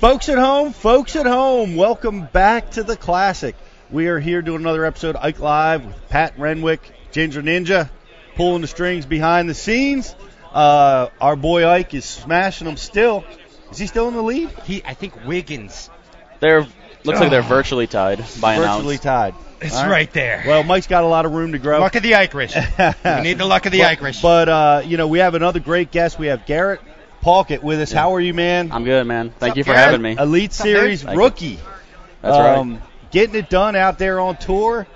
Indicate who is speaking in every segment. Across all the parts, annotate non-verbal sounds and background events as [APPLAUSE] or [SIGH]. Speaker 1: Folks at home, folks at home, welcome back to the classic. We are here doing another episode of Ike Live with Pat Renwick, Ginger Ninja, pulling the strings behind the scenes. Uh, our boy Ike is smashing them still. Is he still in the lead?
Speaker 2: He, I think Wiggins.
Speaker 3: They're looks like they're virtually tied by an
Speaker 1: Virtually
Speaker 3: ounce.
Speaker 1: tied.
Speaker 2: It's
Speaker 1: All right.
Speaker 2: there.
Speaker 1: Well, Mike's got a lot of room to grow.
Speaker 2: luck of the Irish. we need the luck of the
Speaker 1: [LAUGHS]
Speaker 2: Irish.
Speaker 1: But uh, you know, we have another great guest. We have Garrett Palkett with us. How are you, man?
Speaker 3: I'm good, man. Thank
Speaker 2: up,
Speaker 3: you for
Speaker 2: Garrett?
Speaker 3: having me.
Speaker 1: Elite
Speaker 2: dude?
Speaker 1: Series
Speaker 3: Thank you.
Speaker 1: rookie.
Speaker 3: That's right.
Speaker 1: Um, Getting it done out there on tour.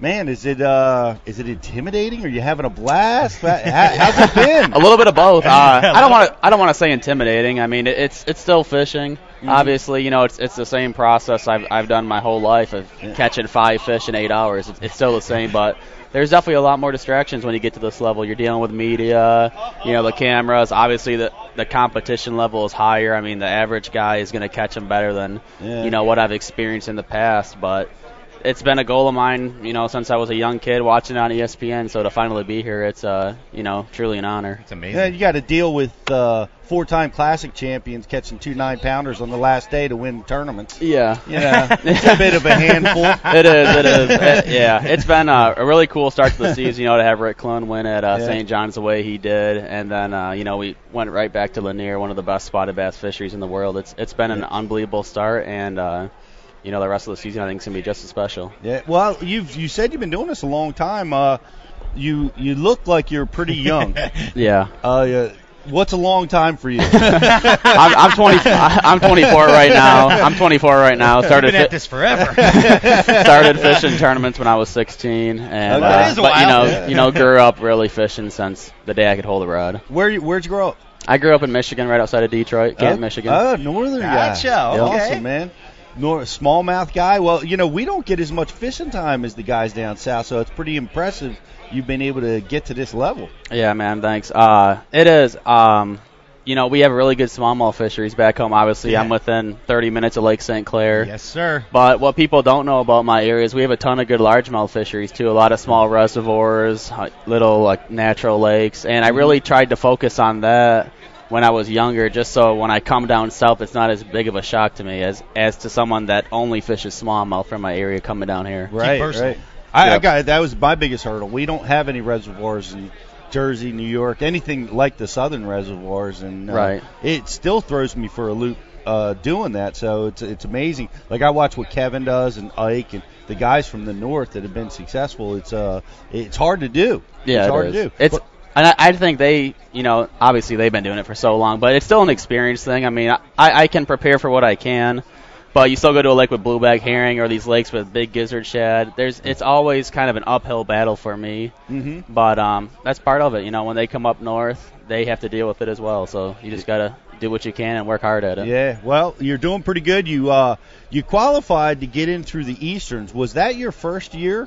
Speaker 1: Man, is it uh, is it intimidating? Are you having a blast? How- How's it
Speaker 3: a [LAUGHS]
Speaker 1: been?
Speaker 3: little bit of both. Uh, I don't want to. I don't want to say intimidating. I mean, it, it's it's still fishing. Obviously, you know, it's it's the same process I've I've done my whole life of catching five fish in eight hours. It's, it's still the same, but there's definitely a lot more distractions when you get to this level. You're dealing with media, you know, the cameras. Obviously, the the competition level is higher. I mean, the average guy is going to catch them better than
Speaker 1: Yeah.
Speaker 3: you know what I've experienced in the past, but. It's been a goal of mine, you know, since I was a young kid watching on E ESPN. So to finally be here, it's, uh, you know, truly an honor.
Speaker 2: it's amazing.
Speaker 1: Yeah, you got to deal with uh, four-time classic champions catching two nine pounders on the last day to win tournaments.
Speaker 3: Yeah.
Speaker 1: Yeah, [LAUGHS] it's a bit of
Speaker 3: [LAUGHS]
Speaker 1: a handful.
Speaker 3: It is.
Speaker 2: [LAUGHS]
Speaker 3: It is. It- yeah, it's been uh, a really cool start to the season. You know, to have Rick Clun win at uh,
Speaker 1: Yeah.
Speaker 3: St. John's the way he did, and then uh, you know we went right back to Lanier, one of the best spotted bass fisheries in the world. It's it's been an unbelievable start, and uh, you know the rest of the season I think is gonna be just as special.
Speaker 1: Yeah. Well, you've you said you've been doing this a long time. Uh, you you look like you're pretty
Speaker 3: [LAUGHS]
Speaker 1: young. uh,
Speaker 3: Yeah,
Speaker 1: yeah. What's a long time
Speaker 3: [LAUGHS]
Speaker 1: for you?
Speaker 3: I'm, I'm 20. [LAUGHS] I'm 24 right now. I'm 24 right now.
Speaker 2: I've
Speaker 3: Started
Speaker 2: been at
Speaker 3: fi-
Speaker 2: this forever.
Speaker 3: [LAUGHS]
Speaker 2: [LAUGHS]
Speaker 3: started fishing tournaments when I was 16, and
Speaker 1: Okay. That
Speaker 3: uh,
Speaker 2: is a
Speaker 3: but you
Speaker 2: while.
Speaker 3: know
Speaker 2: Yeah.
Speaker 3: you know grew up really fishing since the day I could hold a rod.
Speaker 1: Where you, where'd you grow up?
Speaker 3: I grew up in Michigan, right outside of Detroit, Camp
Speaker 1: Oh,
Speaker 3: Michigan.
Speaker 1: Oh, northern
Speaker 2: Gotcha,
Speaker 1: guy.
Speaker 2: okay.
Speaker 1: Awesome, man. Nor smallmouth guy. Well, you know we don't get as much fishing time as the guys down south, so it's pretty impressive you've been able to get to this level.
Speaker 3: Yeah, man, thanks. Uh, it is. Um, you know, we have really good smallmouth fisheries back home. Obviously, I'm within 30 minutes of Lake St. Clair.
Speaker 2: [LAUGHS] yes, sir.
Speaker 3: But what people don't know about my area is we have a ton of good largemouth fisheries too. A lot of small reservoirs, uh, little like natural lakes, and I
Speaker 1: Mm-hmm.
Speaker 3: really tried to focus on that when I was younger, just so when I come down south, it's not as big of a shock to me as as to someone that only fishes smallmouth from my area coming down here.
Speaker 1: Right,
Speaker 2: versatile.
Speaker 1: right. I, I
Speaker 3: Yep.
Speaker 1: got that was my biggest hurdle. We don't have any reservoirs in Jersey, New York, anything like the southern reservoirs, and uh,
Speaker 3: Right.
Speaker 1: it still throws me for a loop uh, doing that. So it's it's amazing. Like I watch what Kevin does and Ike and the guys from the north that have been successful. It's uh it's hard to do.
Speaker 3: Yeah,
Speaker 1: it's
Speaker 3: it
Speaker 1: hard
Speaker 3: is.
Speaker 1: to do.
Speaker 3: It's
Speaker 1: But-
Speaker 3: and I, I think they, you know, obviously they've been doing it for so long, but it's still an experience thing. I mean, I, I can prepare for what I can, but you still go to a lake with blueback herring or these lakes with big gizzard shad. There's it's always kind of an uphill battle for me,
Speaker 1: Mhm.
Speaker 3: but um, that's part of it. You know, when they come up north, they have to deal with it as well. So you just gotta do what you can and work hard at it.
Speaker 1: yeah, well, you're doing pretty good. You uh, you qualified to get in through the Easterns. Was that your first year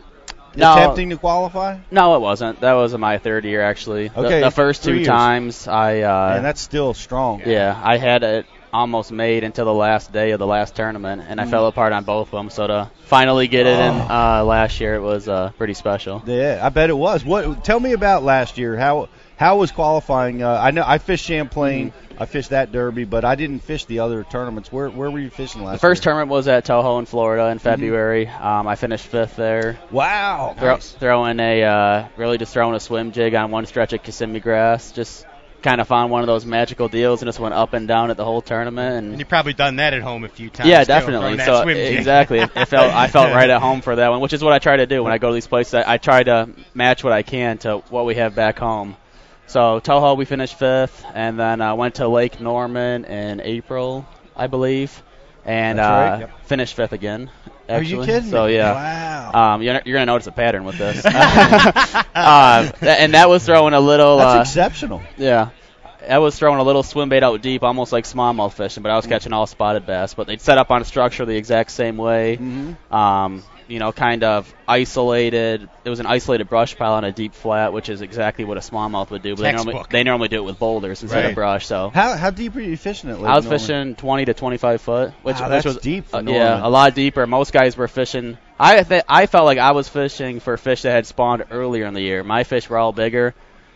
Speaker 3: No.
Speaker 1: attempting to qualify?
Speaker 3: No, it wasn't. That was my third year actually. The-
Speaker 1: Okay,
Speaker 3: the, first
Speaker 1: three
Speaker 3: two
Speaker 1: years.
Speaker 3: times I uh,
Speaker 1: And that's still strong.
Speaker 3: Yeah, I had it almost made until the last day of the last tournament, and I fell apart on both of them. So to finally get it in uh, last year, it was uh, pretty special.
Speaker 1: Yeah, I bet it was. What? Tell me about last year. How how was qualifying? Uh, I know I fished Champlain.
Speaker 3: Mm-hmm.
Speaker 1: I fished that Derby, but I didn't fish the other tournaments. Where where were you fishing last?
Speaker 3: The first
Speaker 1: year?
Speaker 3: tournament was at Toho in Florida in February. Um, I finished fifth there,
Speaker 1: Wow.
Speaker 3: Throw, throwing a uh, really just throwing a swim jig on one stretch of Kissimmee grass. Just kind of found one of those magical deals and just went up and down at the whole tournament.
Speaker 2: And
Speaker 3: And
Speaker 2: you've probably done that at home a few times.
Speaker 3: yeah,
Speaker 2: too,
Speaker 3: definitely.
Speaker 2: from that
Speaker 3: So
Speaker 2: swim jig.
Speaker 1: [LAUGHS]
Speaker 3: exactly, it felt I
Speaker 2: [LAUGHS]
Speaker 3: felt right at home for that one, which is what I try to do when I go to these places. I, I try to match what I can to what we have back home. So Toho, we finished fifth, and then I went to Lake Norman in April, I believe, and
Speaker 1: That's
Speaker 3: uh,
Speaker 1: right,
Speaker 3: finished fifth again.
Speaker 1: Are
Speaker 3: Actually.
Speaker 1: you kidding?
Speaker 3: So
Speaker 1: me?
Speaker 3: yeah.
Speaker 1: Wow.
Speaker 3: Um, you're, you're gonna notice a pattern with
Speaker 1: [LAUGHS]
Speaker 3: [LAUGHS] this, uh, and that was throwing a little.
Speaker 1: That's
Speaker 3: uh,
Speaker 1: exceptional.
Speaker 3: yeah. I was throwing a little swim bait out deep, almost like smallmouth fishing, but I was catching all spotted bass. But they'd set up on a structure the exact same way.
Speaker 1: Mm-hmm.
Speaker 3: Um, you know, kind of isolated. It was an isolated brush pile on a deep flat, which is exactly what a smallmouth would do. But they normally,
Speaker 2: Textbook.
Speaker 3: they normally do it with boulders instead
Speaker 1: Right.
Speaker 3: of brush. So
Speaker 1: How how deep are you fishing it?
Speaker 3: I was fishing 20 to 25 foot, which,
Speaker 1: Wow,
Speaker 3: which
Speaker 1: that's
Speaker 3: was
Speaker 1: deep for
Speaker 3: uh, yeah,
Speaker 1: Norman.
Speaker 3: a lot deeper. Most guys were fishing. I th- I felt like I was fishing for fish that had spawned earlier in the year. My fish were all bigger,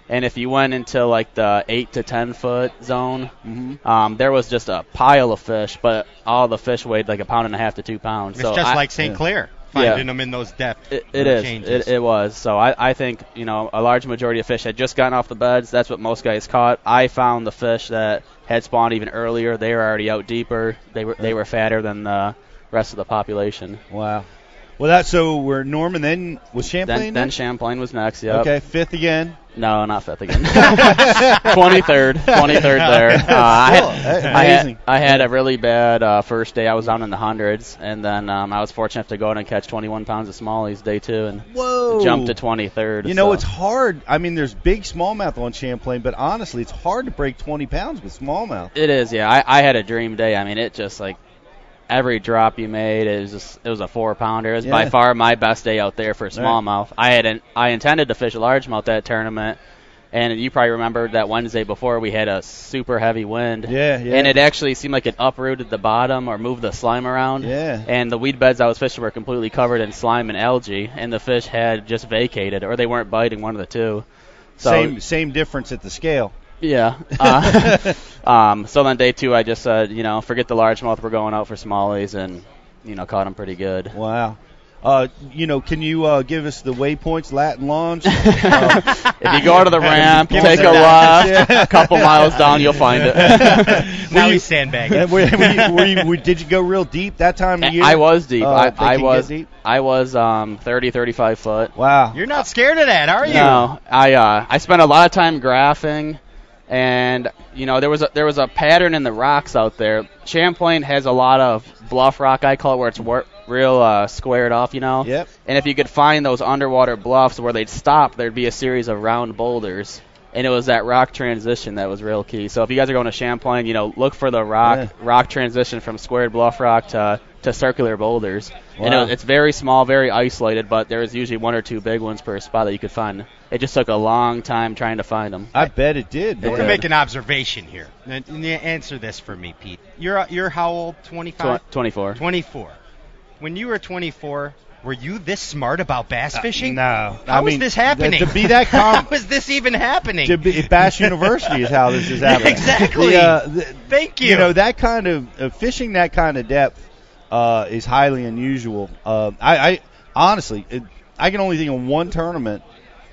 Speaker 3: and if you went into like the eight to 10 foot zone,
Speaker 1: Mm-hmm.
Speaker 3: um, there was just a pile of fish, but all the fish weighed like a pound and a half to two pounds.
Speaker 2: It's
Speaker 3: so
Speaker 2: just
Speaker 3: I-
Speaker 2: like St.
Speaker 1: yeah.
Speaker 2: Clair,
Speaker 3: Yeah.
Speaker 2: finding them in those
Speaker 3: [LAUGHS]
Speaker 2: depth
Speaker 3: it, it is.
Speaker 2: changes.
Speaker 3: It, it was. So I, I think you know a large majority of fish had just gotten off the beds. That's what most guys caught. I found the fish that had spawned even earlier. They were already out deeper. They were they were fatter than the rest of the population.
Speaker 1: Wow. Well, that so we're Norman. Then was Champlain.
Speaker 3: Then, then
Speaker 1: next?
Speaker 3: Champlain was next. Yep.
Speaker 1: Okay, fifth again.
Speaker 3: No, not
Speaker 1: [LAUGHS]
Speaker 3: fifth again. [LAUGHS] Twenty third. Twenty third there. Uh, I
Speaker 1: Still,
Speaker 3: had,
Speaker 1: a-
Speaker 3: I
Speaker 1: amazing.
Speaker 3: had I had a really bad uh, first day. I was down in the hundreds, and then um, I was fortunate enough to go out and catch 21 pounds of smallies day two, and
Speaker 1: Whoa.
Speaker 3: jumped to 23rd.
Speaker 1: You know,
Speaker 3: so.
Speaker 1: it's uh, hard. I mean, there's big smallmouth on Champlain, but honestly, it's hard to break 20 pounds with smallmouth.
Speaker 3: It is, yeah. I, I had a dream day. I mean, it just like every drop you made it was just it was a four pounder. It was
Speaker 1: Yeah.
Speaker 3: by far my best day out there for smallmouth. I had an, I intended to fish largemouth that tournament, and you probably remember that Wednesday before we had a super heavy wind.
Speaker 1: Yeah, yeah.
Speaker 3: And it actually seemed like it uprooted the bottom or moved the slime around.
Speaker 1: Yeah.
Speaker 3: And the weed beds I was fishing were completely covered in slime and algae, and the fish had just vacated or they weren't biting one of the two. So
Speaker 1: same same difference at the scale.
Speaker 3: yeah. Uh, [LAUGHS] um, so then day two, I just said, you know, forget the largemouth. We're going out for smallies, and you know, caught them
Speaker 1: [LAUGHS]
Speaker 3: pretty good.
Speaker 1: Wow. Uh, you know, can you uh, give us the waypoints, Latin [LAUGHS] launch? Uh,
Speaker 3: If you go to the ramp,
Speaker 1: Give us
Speaker 3: take
Speaker 1: a
Speaker 3: a
Speaker 1: nudge.
Speaker 3: left, a
Speaker 1: [LAUGHS]
Speaker 3: couple miles down, you'll find
Speaker 2: [LAUGHS]
Speaker 3: it.
Speaker 2: now
Speaker 1: you-
Speaker 2: he's sandbagging.
Speaker 1: were, were you- were you- were- did you go real deep that time of year?
Speaker 3: I was deep.
Speaker 1: Uh,
Speaker 3: I,
Speaker 1: they
Speaker 3: I
Speaker 1: can get
Speaker 3: was.
Speaker 1: deep?
Speaker 3: I was um, 30, 35 foot.
Speaker 1: Wow.
Speaker 2: [LAUGHS] You're not scared of that, are you?
Speaker 3: No, I uh, I spent a lot of time graphing, and you know there was a there was a pattern in the rocks out there. Champlain has a lot of bluff rock, I call it, where it's wor- real uh, squared off, you know.
Speaker 1: Yep.
Speaker 3: And if you could find those underwater bluffs where they'd stop, there'd be a series of round boulders. And it was that rock transition that was real key. So if you guys are going to Champlain, you know, look for the rock
Speaker 1: Yeah.
Speaker 3: rock transition from squared bluff rock to to circular boulders. And it
Speaker 1: Wow.
Speaker 3: was, it's very small, very isolated, but there is usually one or two big ones per spot that you could find. It just took a long time trying to find them.
Speaker 1: I bet it did.
Speaker 2: I'm
Speaker 1: man.
Speaker 2: gonna make an observation here. And- and you Answer this for me, Pete. You're uh, you're how old? 25.
Speaker 3: 24.
Speaker 2: 24. When you were 24, were you this smart about bass
Speaker 3: Uh,
Speaker 2: fishing?
Speaker 1: No.
Speaker 2: How
Speaker 1: I
Speaker 2: is
Speaker 1: mean,
Speaker 2: this happening?
Speaker 1: To be that calm,
Speaker 2: [LAUGHS] how is this even happening?
Speaker 1: to be, Bash University is how this [LAUGHS] is happening.
Speaker 2: Exactly.
Speaker 1: The, uh, the-
Speaker 2: Thank you.
Speaker 1: you know that kind of uh, fishing that kind of depth uh, is highly unusual. Uh, I, I honestly, it, I can only think of one tournament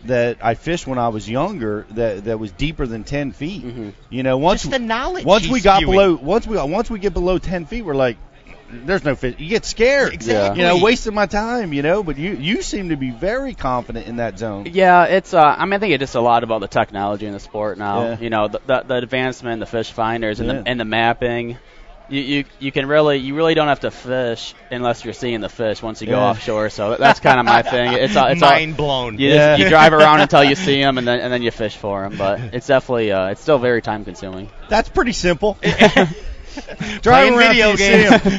Speaker 1: that I fished when I was younger that that was deeper than ten feet. You know, once
Speaker 2: Mm-hmm. Just the knowledge
Speaker 1: once we
Speaker 2: he's
Speaker 1: got
Speaker 2: spewing.
Speaker 1: below once we once we get below ten feet, we're like. There's no fish. You get scared.
Speaker 2: Exactly.
Speaker 1: You know, wasting my time. You know, but you you seem to be very confident in that zone.
Speaker 3: Yeah, it's. Uh, I mean, I think it's just a lot about the technology in the sport now.
Speaker 1: Yeah.
Speaker 3: You know, the, the the advancement, in the fish finders, and
Speaker 1: Yeah.
Speaker 3: the and the mapping. You, you you can really you really don't have to fish unless you're seeing the fish once you go
Speaker 1: Yeah.
Speaker 3: offshore. So that's kind of
Speaker 1: [LAUGHS]
Speaker 3: my thing. It's all, it's all,
Speaker 2: mind blown.
Speaker 3: you,
Speaker 1: Yeah.
Speaker 3: just, you drive around until
Speaker 1: [LAUGHS]
Speaker 3: you see them, and then and then you fish for them. But it's definitely uh, it's still very time consuming.
Speaker 1: That's pretty simple.
Speaker 2: [LAUGHS] Playing
Speaker 1: Driving around
Speaker 2: video
Speaker 1: till you see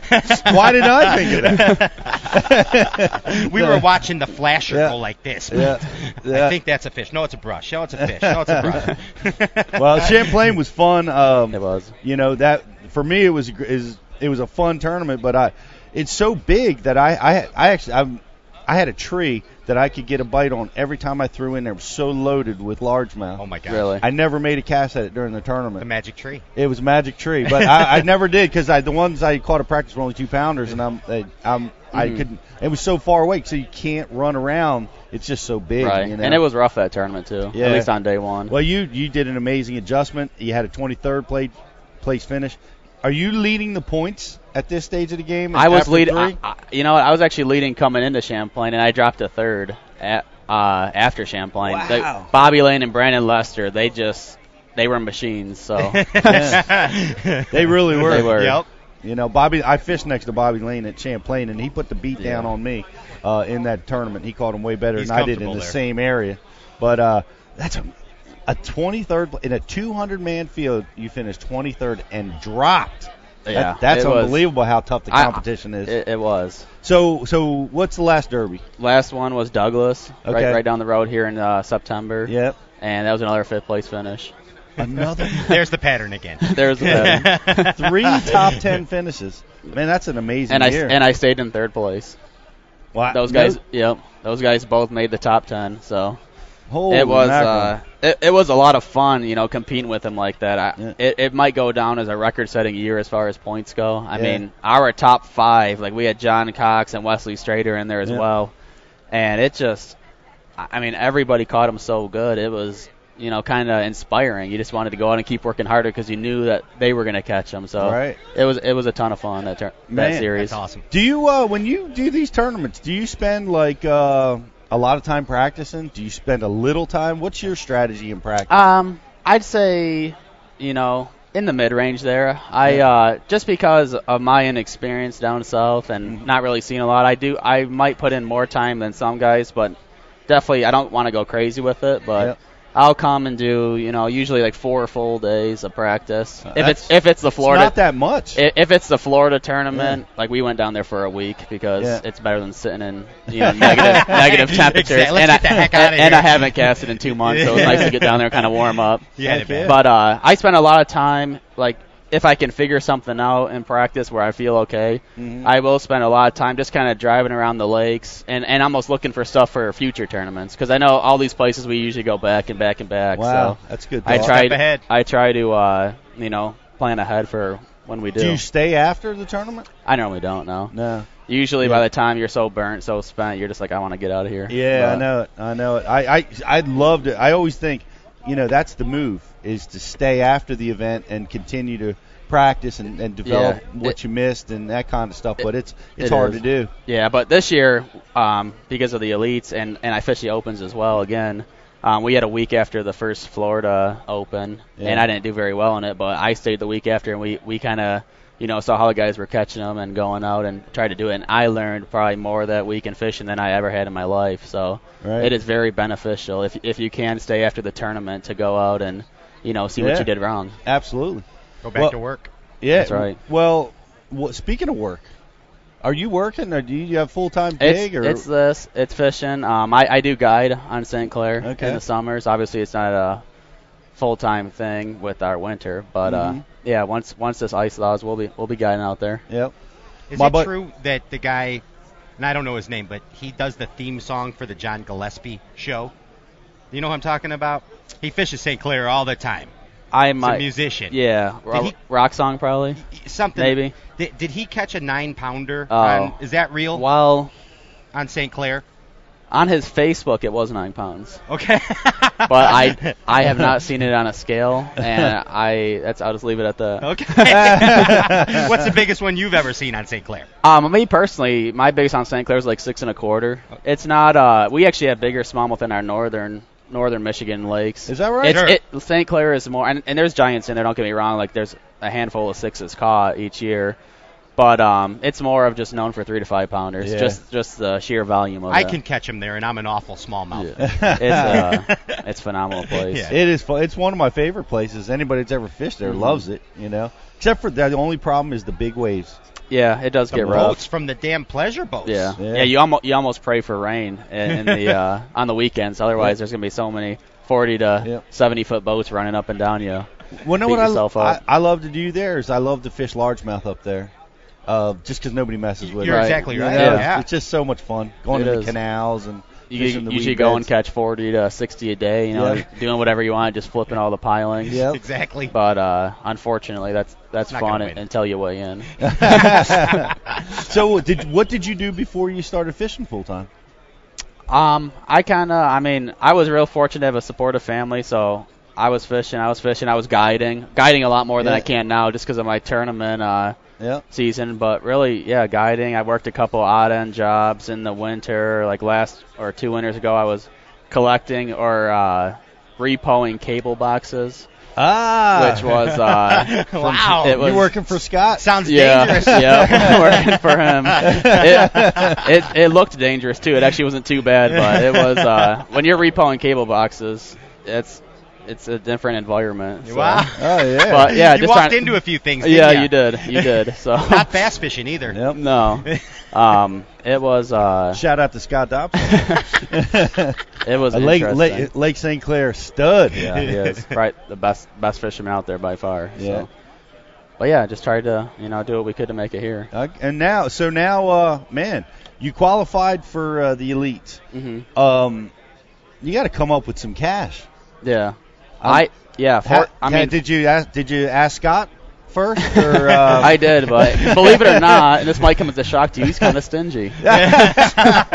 Speaker 1: 'em. Why did I think of that?
Speaker 2: we were watching the flasher
Speaker 1: Yeah.
Speaker 2: go like this.
Speaker 1: Yeah. Yeah.
Speaker 2: [LAUGHS] I think that's a fish. No, it's a brush. No, it's a fish. No, it's a
Speaker 1: [LAUGHS]
Speaker 2: brush. [LAUGHS]
Speaker 1: well, Champlain was fun. Um,
Speaker 3: It was.
Speaker 1: You know that for me it was a gr- is it was a fun tournament, but I it's so big that I I, I actually I'm, I had a tree that I could get a bite on every time I threw in there. It was so loaded with largemouth.
Speaker 2: oh my gosh.
Speaker 3: Really.
Speaker 1: I never made a cast at it during the tournament.
Speaker 2: The magic
Speaker 3: [LAUGHS]
Speaker 2: tree.
Speaker 1: It was a magic tree, but I, I never did because I, the ones I caught at practice were only two pounders, and I'm, I, I'm, I couldn't. It was so far away, so you can't run around. It's just so big,
Speaker 3: Right,
Speaker 1: you know?
Speaker 3: and it was rough that tournament too.
Speaker 1: Yeah.
Speaker 3: At least on day one.
Speaker 1: Well, you you did an amazing adjustment. You had a 23rd place place finish. Are you leading the points at this stage of the game?
Speaker 3: I was
Speaker 1: After
Speaker 3: leading.
Speaker 1: three?
Speaker 3: I, I, you know, what, I was actually leading coming into Champlain, and I dropped a third at, uh, after Champlain.
Speaker 1: Wow.
Speaker 3: They- Bobby Lane and Brandon Lester, they just they were machines.
Speaker 1: [LAUGHS]
Speaker 3: So
Speaker 1: they really were.
Speaker 3: They were.
Speaker 2: Yep.
Speaker 1: You know, Bobby. I fished next to Bobby Lane at Champlain, and he put the beat down on me uh, in that tournament. He caught him way better
Speaker 2: He's
Speaker 1: than I did in
Speaker 2: comfortable
Speaker 1: the
Speaker 2: there.
Speaker 1: same area. But uh, that's a, a 23rd in a 200 man field. You finished 23rd and dropped. That-
Speaker 3: Yeah,
Speaker 1: that's
Speaker 3: it was-
Speaker 1: unbelievable how tough the
Speaker 3: I-
Speaker 1: competition is.
Speaker 3: It, it was.
Speaker 1: so, so what's the last derby?
Speaker 3: Last one was Douglas,
Speaker 1: Okay.
Speaker 3: right, right down the road here in uh, September.
Speaker 1: Yep,
Speaker 3: And that was another fifth place finish. [LAUGHS]
Speaker 1: another
Speaker 2: [LAUGHS] There's the pattern again. [LAUGHS]
Speaker 3: There's the
Speaker 1: [LAUGHS] three top 10 finishes. Man, that's an amazing
Speaker 3: and I
Speaker 1: year.
Speaker 3: and I stayed in third place.
Speaker 1: Wow.
Speaker 3: Those guys, yep, those guys both made the top ten. So
Speaker 1: Holy
Speaker 3: it was
Speaker 1: mackerel.
Speaker 3: uh, it, it was a lot of fun, you know, competing with them like that. I,
Speaker 1: Yeah.
Speaker 3: it, it might go down as a record-setting year as far as points go. I
Speaker 1: Yeah.
Speaker 3: mean, our top five, like we had John Cox and Wesley Strader in there as
Speaker 1: Yeah.
Speaker 3: well, and it just, I I mean, everybody caught them so good. It was, you know, kind of inspiring. You just wanted to go out and keep working harder because you knew that they were going to catch them. So
Speaker 1: Right.
Speaker 3: it was it was a ton of fun that tur-
Speaker 1: Man,
Speaker 3: that series.
Speaker 2: That's awesome.
Speaker 1: Do you uh, when you do these tournaments? Do you spend like uh, a lot of time practicing? Do you spend a little time? What's your strategy in practice?
Speaker 3: Um, I'd say, you know, in the mid range there. I
Speaker 1: Yeah.
Speaker 3: uh, just because of my inexperience down south and
Speaker 1: Mm-hmm.
Speaker 3: not really seeing a lot, I do. I might put in more time than some guys, but definitely I don't want to go crazy with it. But
Speaker 1: Yep.
Speaker 3: I'll come and do, you know, usually like four full days of practice. if
Speaker 1: Uh, that's-
Speaker 3: it's if it's the
Speaker 1: it's
Speaker 3: Florida.
Speaker 1: not that much.
Speaker 3: i- if it's the Florida tournament, like we went down there for a week because
Speaker 1: Yeah.
Speaker 3: it's better than
Speaker 1: [LAUGHS]
Speaker 3: sitting in you know, negative negative
Speaker 2: [LAUGHS]
Speaker 3: temperatures.
Speaker 2: Exactly. Let's
Speaker 3: and
Speaker 2: get
Speaker 3: I,
Speaker 2: the heck
Speaker 3: and-
Speaker 2: outta
Speaker 3: and I
Speaker 2: here.
Speaker 3: haven't casted in two months, so it was nice to get down there, kind of warm up.
Speaker 2: [LAUGHS] Yeah,
Speaker 1: Heck yeah.
Speaker 2: man.
Speaker 3: But uh, I spend a lot of time, like, if I can figure something out in practice where I feel okay,
Speaker 1: Mhm.
Speaker 3: I will spend a lot of time just kind of driving around the lakes and, and almost looking for stuff for future tournaments because I know all these places we usually go back and back and back.
Speaker 1: wow,
Speaker 3: So
Speaker 1: that's good.
Speaker 3: I
Speaker 1: thought.
Speaker 3: try
Speaker 2: ahead.
Speaker 3: I try to uh, you know plan ahead for when we do.
Speaker 1: Do you stay after the tournament?
Speaker 3: I normally don't know.
Speaker 1: No.
Speaker 3: Usually
Speaker 1: Yeah.
Speaker 3: by the time you're so burnt, so spent, you're just like I want to get out of here.
Speaker 1: Yeah, I
Speaker 3: But-
Speaker 1: know it. I know it. I I I loved it. I always think, you know, that's the move is to stay after the event and continue to practice and, and develop
Speaker 3: Yeah.
Speaker 1: what
Speaker 3: It-
Speaker 1: you missed and that kind of stuff. But it's it's
Speaker 3: it
Speaker 1: hard
Speaker 3: is.
Speaker 1: to do.
Speaker 3: Yeah, but this year, um, because of the elites and and I fish the opens as well again, um, we had a week after the first Florida Open,
Speaker 1: Yeah.
Speaker 3: and I didn't do very well in it. But I stayed the week after, and we we kind of you know saw how the guys were catching them and going out and tried to do it. And I learned probably more that week in fishing than I ever had in my life. So
Speaker 1: Right.
Speaker 3: it is very beneficial if if you can stay after the tournament to go out and you know see
Speaker 1: Yeah.
Speaker 3: what you did wrong.
Speaker 1: Absolutely.
Speaker 2: Go back
Speaker 1: Well-
Speaker 2: to work.
Speaker 1: Yeah.
Speaker 3: That's right.
Speaker 1: Well, well speaking of work, are you working or do you have full time
Speaker 3: It's,
Speaker 1: gig or
Speaker 3: it's this. It's fishing. Um, I, I do guide on St. Clair
Speaker 1: Okay.
Speaker 3: in the summers. Obviously, it's not a full time thing with our winter, but
Speaker 1: Mhm.
Speaker 3: uh, yeah, once once this ice thaws, we'll be we'll be guiding out there.
Speaker 1: Yep.
Speaker 2: Is
Speaker 1: My
Speaker 2: it
Speaker 1: bu-
Speaker 2: true that the guy, and I don't know his name, but he does the theme song for the John Gillespie show? You know who I'm talking about? He fishes St. Clair all the time.
Speaker 3: I
Speaker 2: He's a
Speaker 3: might.
Speaker 2: musician.
Speaker 3: Yeah, ro-
Speaker 2: he-
Speaker 3: rock song probably.
Speaker 2: Something.
Speaker 3: Maybe.
Speaker 2: Did, did he catch a nine pounder?
Speaker 3: Oh.
Speaker 2: on, is that real?
Speaker 3: Well,
Speaker 2: On St. Clair?
Speaker 3: on his Facebook it was nine pounds,
Speaker 2: Okay.
Speaker 3: [LAUGHS] but
Speaker 2: [LAUGHS]
Speaker 3: I I have not seen it on a scale, and I that's I'll just leave it at that. [LAUGHS]
Speaker 2: okay. What's the biggest one you've ever seen on St. Clair?
Speaker 3: Um, me personally, my biggest on St. Clair is like six and a quarter. It's not. Uh, we actually have bigger smallmouth in our northern northern Michigan lakes.
Speaker 1: Is that right?
Speaker 3: It's,
Speaker 2: Sure.
Speaker 3: it, St. Clair is more, and, and there's giants in there. Don't get me wrong. Like there's a handful of sixes caught each year, but um, it's more of just known for three to five pounders.
Speaker 1: Yeah.
Speaker 3: Just just the sheer volume of
Speaker 2: I
Speaker 3: it.
Speaker 2: can catch him there, and I'm an awful [LAUGHS] smallmouth.
Speaker 3: Oh, Yeah. It's uh, it's a phenomenal place.
Speaker 2: Yeah.
Speaker 1: It is fun. It's one of my favorite places. Anybody that's ever fished there
Speaker 3: Mm-hmm.
Speaker 1: loves it, you know. Except for the only problem is the big waves.
Speaker 3: Yeah, it does
Speaker 2: The
Speaker 3: get rough.
Speaker 2: boats from the damn pleasure boats.
Speaker 3: Yeah.
Speaker 1: Yeah.
Speaker 3: yeah, You almost you almost pray for rain in,
Speaker 1: [LAUGHS]
Speaker 3: in the uh, on the weekends. Otherwise, there's gonna be so many 40 to
Speaker 1: Yep.
Speaker 3: 70 foot boats running up and down you.
Speaker 1: Well, know
Speaker 3: Beat
Speaker 1: what I,
Speaker 3: yourself
Speaker 1: I
Speaker 3: up.
Speaker 1: I love to do there is I love to fish largemouth up there, uh, just because nobody messes with
Speaker 2: You're
Speaker 1: it.
Speaker 3: Right.
Speaker 2: exactly
Speaker 1: You
Speaker 2: right.
Speaker 1: know, it's-
Speaker 2: Yeah.
Speaker 1: It's just so much fun going
Speaker 3: It
Speaker 1: to the
Speaker 3: is.
Speaker 1: canals and
Speaker 3: You
Speaker 1: fishing the
Speaker 3: you
Speaker 1: weed
Speaker 3: should go and [LAUGHS]
Speaker 1: beds.
Speaker 3: catch 40 to 60 a day. You know,
Speaker 1: Yeah.
Speaker 3: [LAUGHS] doing whatever you want, just flipping all the pilings.
Speaker 1: Yep.
Speaker 2: Exactly. [LAUGHS]
Speaker 3: But uh, unfortunately, that's that's
Speaker 2: Not
Speaker 3: fun
Speaker 2: gonna win.
Speaker 3: until you weigh
Speaker 1: [LAUGHS]
Speaker 3: in.
Speaker 1: [LAUGHS] so did what did you do before you started fishing full time?
Speaker 3: Um, I kind of, I mean, I was real fortunate to have a supportive family, so I was fishing, I was fishing, I was guiding, guiding a lot more than
Speaker 1: Yeah.
Speaker 3: I can now just because of my tournament uh,
Speaker 1: Yeah.
Speaker 3: season. But really, yeah, guiding. I worked a couple odd end jobs in the winter, like last or two winters ago. I was collecting or uh, repoing cable boxes,
Speaker 1: Ah,
Speaker 3: which was uh,
Speaker 2: [LAUGHS] wow.
Speaker 3: it was
Speaker 1: you working for Scott?
Speaker 2: Sounds
Speaker 3: yeah,
Speaker 2: dangerous.
Speaker 3: [LAUGHS] yeah, working for him. It, it it looked dangerous too. It actually wasn't too bad, but it was uh, when you're repoing cable boxes, it's it's a different environment. so.
Speaker 2: [LAUGHS] Wow. [LAUGHS]
Speaker 1: Oh yeah.
Speaker 3: But yeah,
Speaker 2: you
Speaker 3: just
Speaker 2: walked
Speaker 3: trying-
Speaker 2: into a few things. didn't
Speaker 3: Yeah,
Speaker 2: ya?
Speaker 3: you did. You did. [LAUGHS] So
Speaker 2: [LAUGHS] Not fast fishing either.
Speaker 1: Yep.
Speaker 3: no,
Speaker 2: [LAUGHS]
Speaker 3: um, it was
Speaker 1: [LAUGHS]
Speaker 3: uh,
Speaker 1: Shout out to Scott Dobson.
Speaker 3: [LAUGHS] it
Speaker 1: [LAUGHS]
Speaker 3: was
Speaker 1: A Lake,
Speaker 3: interesting.
Speaker 1: Lake, Lake St. Clair stud.
Speaker 3: yeah,
Speaker 1: [LAUGHS]
Speaker 3: he is right the best best fisherman out there by far.
Speaker 1: Yeah.
Speaker 3: So. But yeah, just tried to you know do what we could to make it here.
Speaker 1: Uh, and now, so now, uh, man, you qualified for uh, the elite.
Speaker 3: Mm-hmm.
Speaker 1: Um, you got to come up with some cash.
Speaker 3: Yeah, I yeah. For,
Speaker 1: How- how-
Speaker 3: I mean,
Speaker 1: Um,
Speaker 3: [LAUGHS]
Speaker 1: did you ask, did you ask Scott first? Or, um,
Speaker 3: I did, but
Speaker 1: [LAUGHS]
Speaker 3: believe it or not, [LAUGHS] and this might come as a shock to you, he's kind of stingy. um,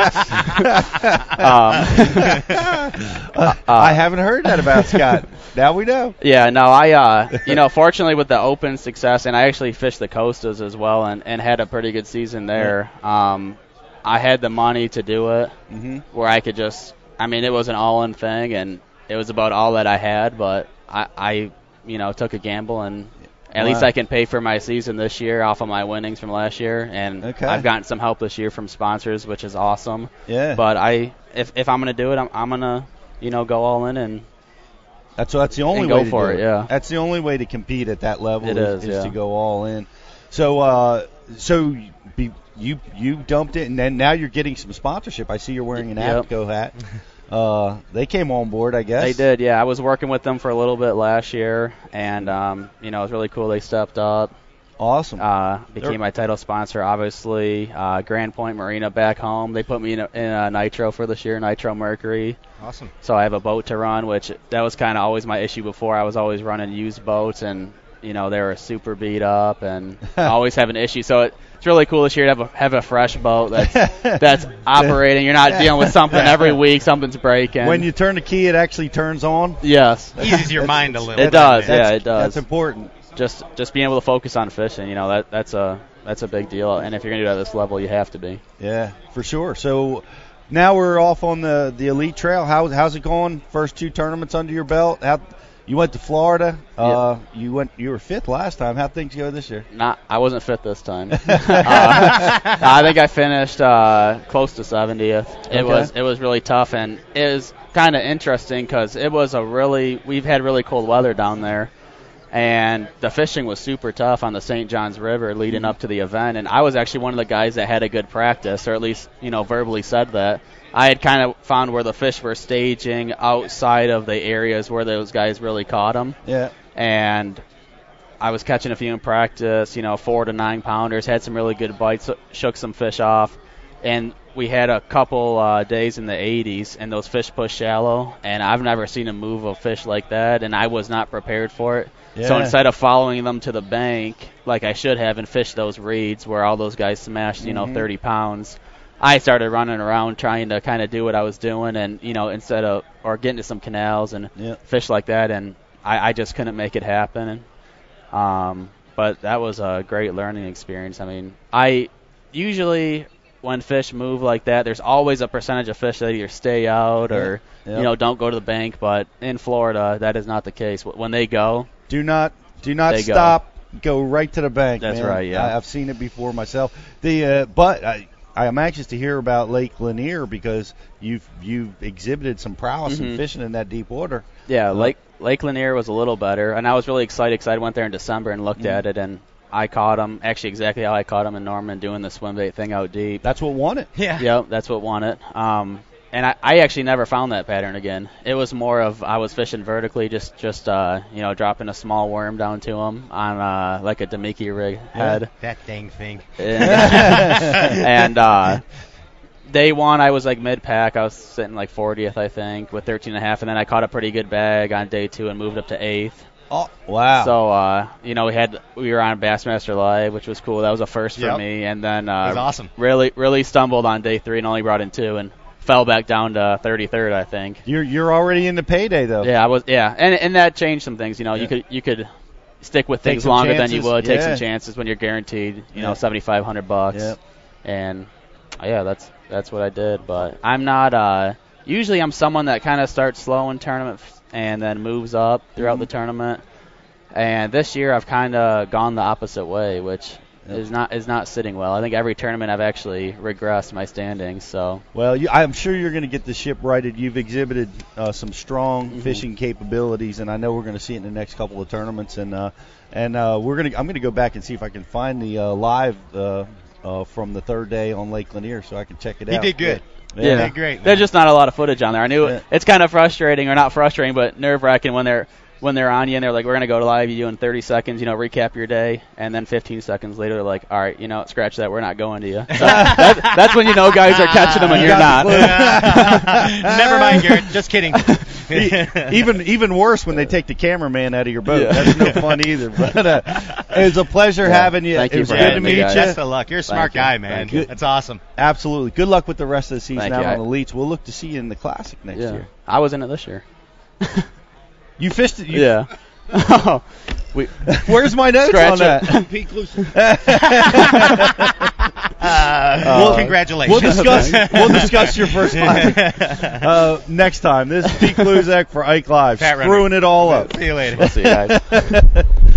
Speaker 1: Uh, I haven't heard that about Scott. now we know.
Speaker 3: Yeah, no, I, uh, you know, fortunately with the open success, and I actually fished the Costas as well and, and had a pretty good season there. Um, I had the money to do it
Speaker 1: Mhm.
Speaker 3: where I could just, I mean, it was an all in thing and it was about all that I had, but I, I you know, took a gamble and at least
Speaker 1: Wow.
Speaker 3: I can pay for my season this year off of my winnings from last year. And
Speaker 1: Okay.
Speaker 3: I've gotten some help this year from sponsors, which is awesome.
Speaker 1: [LAUGHS] Yeah,
Speaker 3: But I, if, if I'm going to do it, I'm, I'm going to, you know, go all in and
Speaker 1: that's that's the only
Speaker 3: and go
Speaker 1: way to
Speaker 3: for
Speaker 1: do
Speaker 3: it, yeah.
Speaker 1: that's the only way to compete at that level.
Speaker 3: It
Speaker 1: is,
Speaker 3: is, yeah.
Speaker 1: to go all in. So, uh, so be, you you dumped it, and then now you're getting some sponsorship. I see you're wearing an
Speaker 3: Yep.
Speaker 1: Apco hat. Uh, they came on board, I guess.
Speaker 3: They did, yeah. I was working with them for a little bit last year, and um, you know it was really cool. They stepped up,
Speaker 1: Awesome.
Speaker 3: uh,
Speaker 1: They're-
Speaker 3: became my title sponsor, obviously. Uh, Grand Point Marina back home. They put me in, a, in a Nitro for this year, Nitro Mercury.
Speaker 2: Awesome.
Speaker 3: So I have a boat to run, which that was kind of always my issue before. I was always running used boats, and you know they were super beat up,
Speaker 1: [LAUGHS]
Speaker 3: and I always have an issue. So it, it's really cool this year to have a have a fresh boat
Speaker 1: [LAUGHS]
Speaker 3: that's that's operating. You're not dealing with something every week. Something's breaking.
Speaker 1: when you turn the key, it actually turns on.
Speaker 3: yes.
Speaker 2: Eases
Speaker 3: [LAUGHS]
Speaker 2: your mind a little. bit,
Speaker 3: It does,
Speaker 2: man.
Speaker 3: yeah, it does.
Speaker 1: That's important.
Speaker 3: just just being able to focus on fishing, you know, that that's a that's a big deal. And if you're gonna do it at this level, you have to be.
Speaker 1: Yeah, for sure. So now we're off on the the elite trail. How, how's it going? First two tournaments under your belt. How you went to Florida? Uh, you went. You were fifth last time. How things go this year?
Speaker 3: Not I wasn't fit this time. uh, I think I finished uh, close to 70th.
Speaker 1: Okay.
Speaker 3: It was it was really tough, and it was kind of interesting because it was a really we've had really cold weather down there. And the fishing was super tough on the St. Johns River leading up to the event, and I was actually one of the guys that had a good practice, or at least you know verbally said that. I had kind of found where the fish were staging outside of the areas where those guys really caught them
Speaker 1: Yeah.
Speaker 3: and I was catching a few in practice, you know, four to nine pounders, had some really good bites, shook some fish off, and we had a couple uh, days in the 80s, and those fish pushed shallow, and I've never seen a move of fish like that, and I was not prepared for it. So
Speaker 1: Yeah.
Speaker 3: instead of following them to the bank like I should have and fished those reeds where all those guys smashed, you know, 30 pounds, I started running around trying to kind of do what I was doing, and you know, instead of or get into some canals and
Speaker 1: Yeah.
Speaker 3: fish like that, and I, I just couldn't make it happen. Um, but that was a great learning experience. I mean, I usually when fish move like that, there's always a percentage of fish that either stay out or
Speaker 1: Yeah.
Speaker 3: you know don't go to the bank. But in Florida, that is not the case. Wh- When they go,
Speaker 1: Do not do not
Speaker 3: They go.
Speaker 1: stop. Go. right to the bank.
Speaker 3: That's
Speaker 1: man.
Speaker 3: right, yeah.
Speaker 1: I, I've seen it before myself. The uh, but I I am anxious to hear about Lake Lanier because you've you've exhibited some prowess in
Speaker 3: Mhm.
Speaker 1: fishing in that deep water.
Speaker 3: Yeah, Lake Lake Lanier was a little better, and I was really excited because I went there in December and looked at it, and I caught him actually exactly how I caught him in Norman doing the swim bait thing out deep.
Speaker 1: That's what won it.
Speaker 2: Yeah.
Speaker 3: Yep, that's what won it. Um, and I, I actually never found that pattern again. It was more of I was fishing vertically, just just uh, you know dropping a small worm down to him on uh, like a Demiki rig head.
Speaker 2: That dang thing.
Speaker 3: And- [LAUGHS] and uh, day one, I was like mid pack. I was sitting like 40th, I think, with 13 and a half, and then I caught a pretty good bag on day two and moved up to eighth.
Speaker 1: Oh wow.
Speaker 3: So uh, you know, we had we were on Bassmaster Live, which was cool. That was a first for
Speaker 2: Yep.
Speaker 3: me. And then uh,
Speaker 2: was awesome.
Speaker 3: Really, really stumbled on day three and only brought in two and fell back down to 33rd, I think.
Speaker 1: you're you're already in the payday though.
Speaker 3: Yeah, I was. Yeah, and and that changed some things. You know,
Speaker 1: Yeah.
Speaker 3: you could you could stick with
Speaker 1: Take
Speaker 3: things
Speaker 1: some
Speaker 3: longer than
Speaker 1: chances,
Speaker 3: you would. Take
Speaker 1: yeah.
Speaker 3: some chances when you're guaranteed. You
Speaker 1: Yeah.
Speaker 3: know, 7,500 bucks.
Speaker 1: Yep.
Speaker 3: And uh, yeah, that's that's what I did. But I'm not. uh Usually, I'm someone that kind of starts slow in tournament f- and then moves
Speaker 1: Mm-hmm.
Speaker 3: up throughout the tournament. And this year, I've kind of gone the opposite way, which is not is not sitting well. I think every tournament I've actually regressed my standings. So
Speaker 1: Well, you, I'm sure you're going to get the ship righted. You've exhibited uh, some strong
Speaker 2: Mm-hmm.
Speaker 1: fishing capabilities, and I know we're going to see it in the next couple of tournaments. And uh, and uh, we're going to I'm going to go back and see if I can find the uh, live uh, uh, from the third day on Lake Lanier, so I can check it
Speaker 2: He
Speaker 1: out.
Speaker 2: did good.
Speaker 1: Yeah.
Speaker 3: yeah,
Speaker 2: did great,
Speaker 3: There's
Speaker 2: man.
Speaker 3: just not a lot of footage on there. I knew
Speaker 1: Yeah.
Speaker 3: it's kind of frustrating or not frustrating, but nerve wracking when they're when they're on you and they're like, "We're gonna go to live you in 30 seconds, you know, recap your day," and then 15 seconds later, they're like, "All right, you know, scratch that. We're not going to you."
Speaker 1: [LAUGHS]
Speaker 3: So that, that's when you know guys are catching them and
Speaker 1: You
Speaker 3: you're
Speaker 1: got
Speaker 3: not.
Speaker 1: the
Speaker 2: [LAUGHS]
Speaker 3: [LAUGHS]
Speaker 2: Never mind, Garrett. Just kidding.
Speaker 1: E, even even worse when they take the cameraman out of your boat.
Speaker 3: Yeah.
Speaker 1: That's no fun either. But [LAUGHS] uh, it was a pleasure
Speaker 3: Yeah.
Speaker 1: having you.
Speaker 3: Thank
Speaker 1: it
Speaker 3: you
Speaker 1: was
Speaker 3: for
Speaker 1: good to
Speaker 3: having me,
Speaker 1: meet
Speaker 3: guys.
Speaker 1: you.
Speaker 2: Best of luck. You're a smart
Speaker 3: Thank you.
Speaker 2: guy, man.
Speaker 3: Thank you.
Speaker 2: That's awesome.
Speaker 1: Absolutely. Good luck with the rest of the season
Speaker 3: Thank
Speaker 1: out
Speaker 3: you.
Speaker 1: on elites. We'll look to see you in the classic next
Speaker 3: yeah,
Speaker 1: year.
Speaker 3: I was in it this year.
Speaker 1: You fisted. You,
Speaker 3: Yeah. [LAUGHS] Oh, we
Speaker 1: Where's my notes on
Speaker 3: Scratch it.
Speaker 1: that?
Speaker 3: [LAUGHS]
Speaker 4: Pete
Speaker 2: [LAUGHS]
Speaker 4: Lucas.
Speaker 2: Uh, well, congratulations.
Speaker 1: We'll discuss. we'll discuss your
Speaker 3: [LAUGHS]
Speaker 1: first classic uh, next time. This is Pete Luzak for Ike Live,
Speaker 2: Pat Renner.
Speaker 1: screwing it all up.
Speaker 3: [LAUGHS]
Speaker 2: See you later.
Speaker 3: see you guys.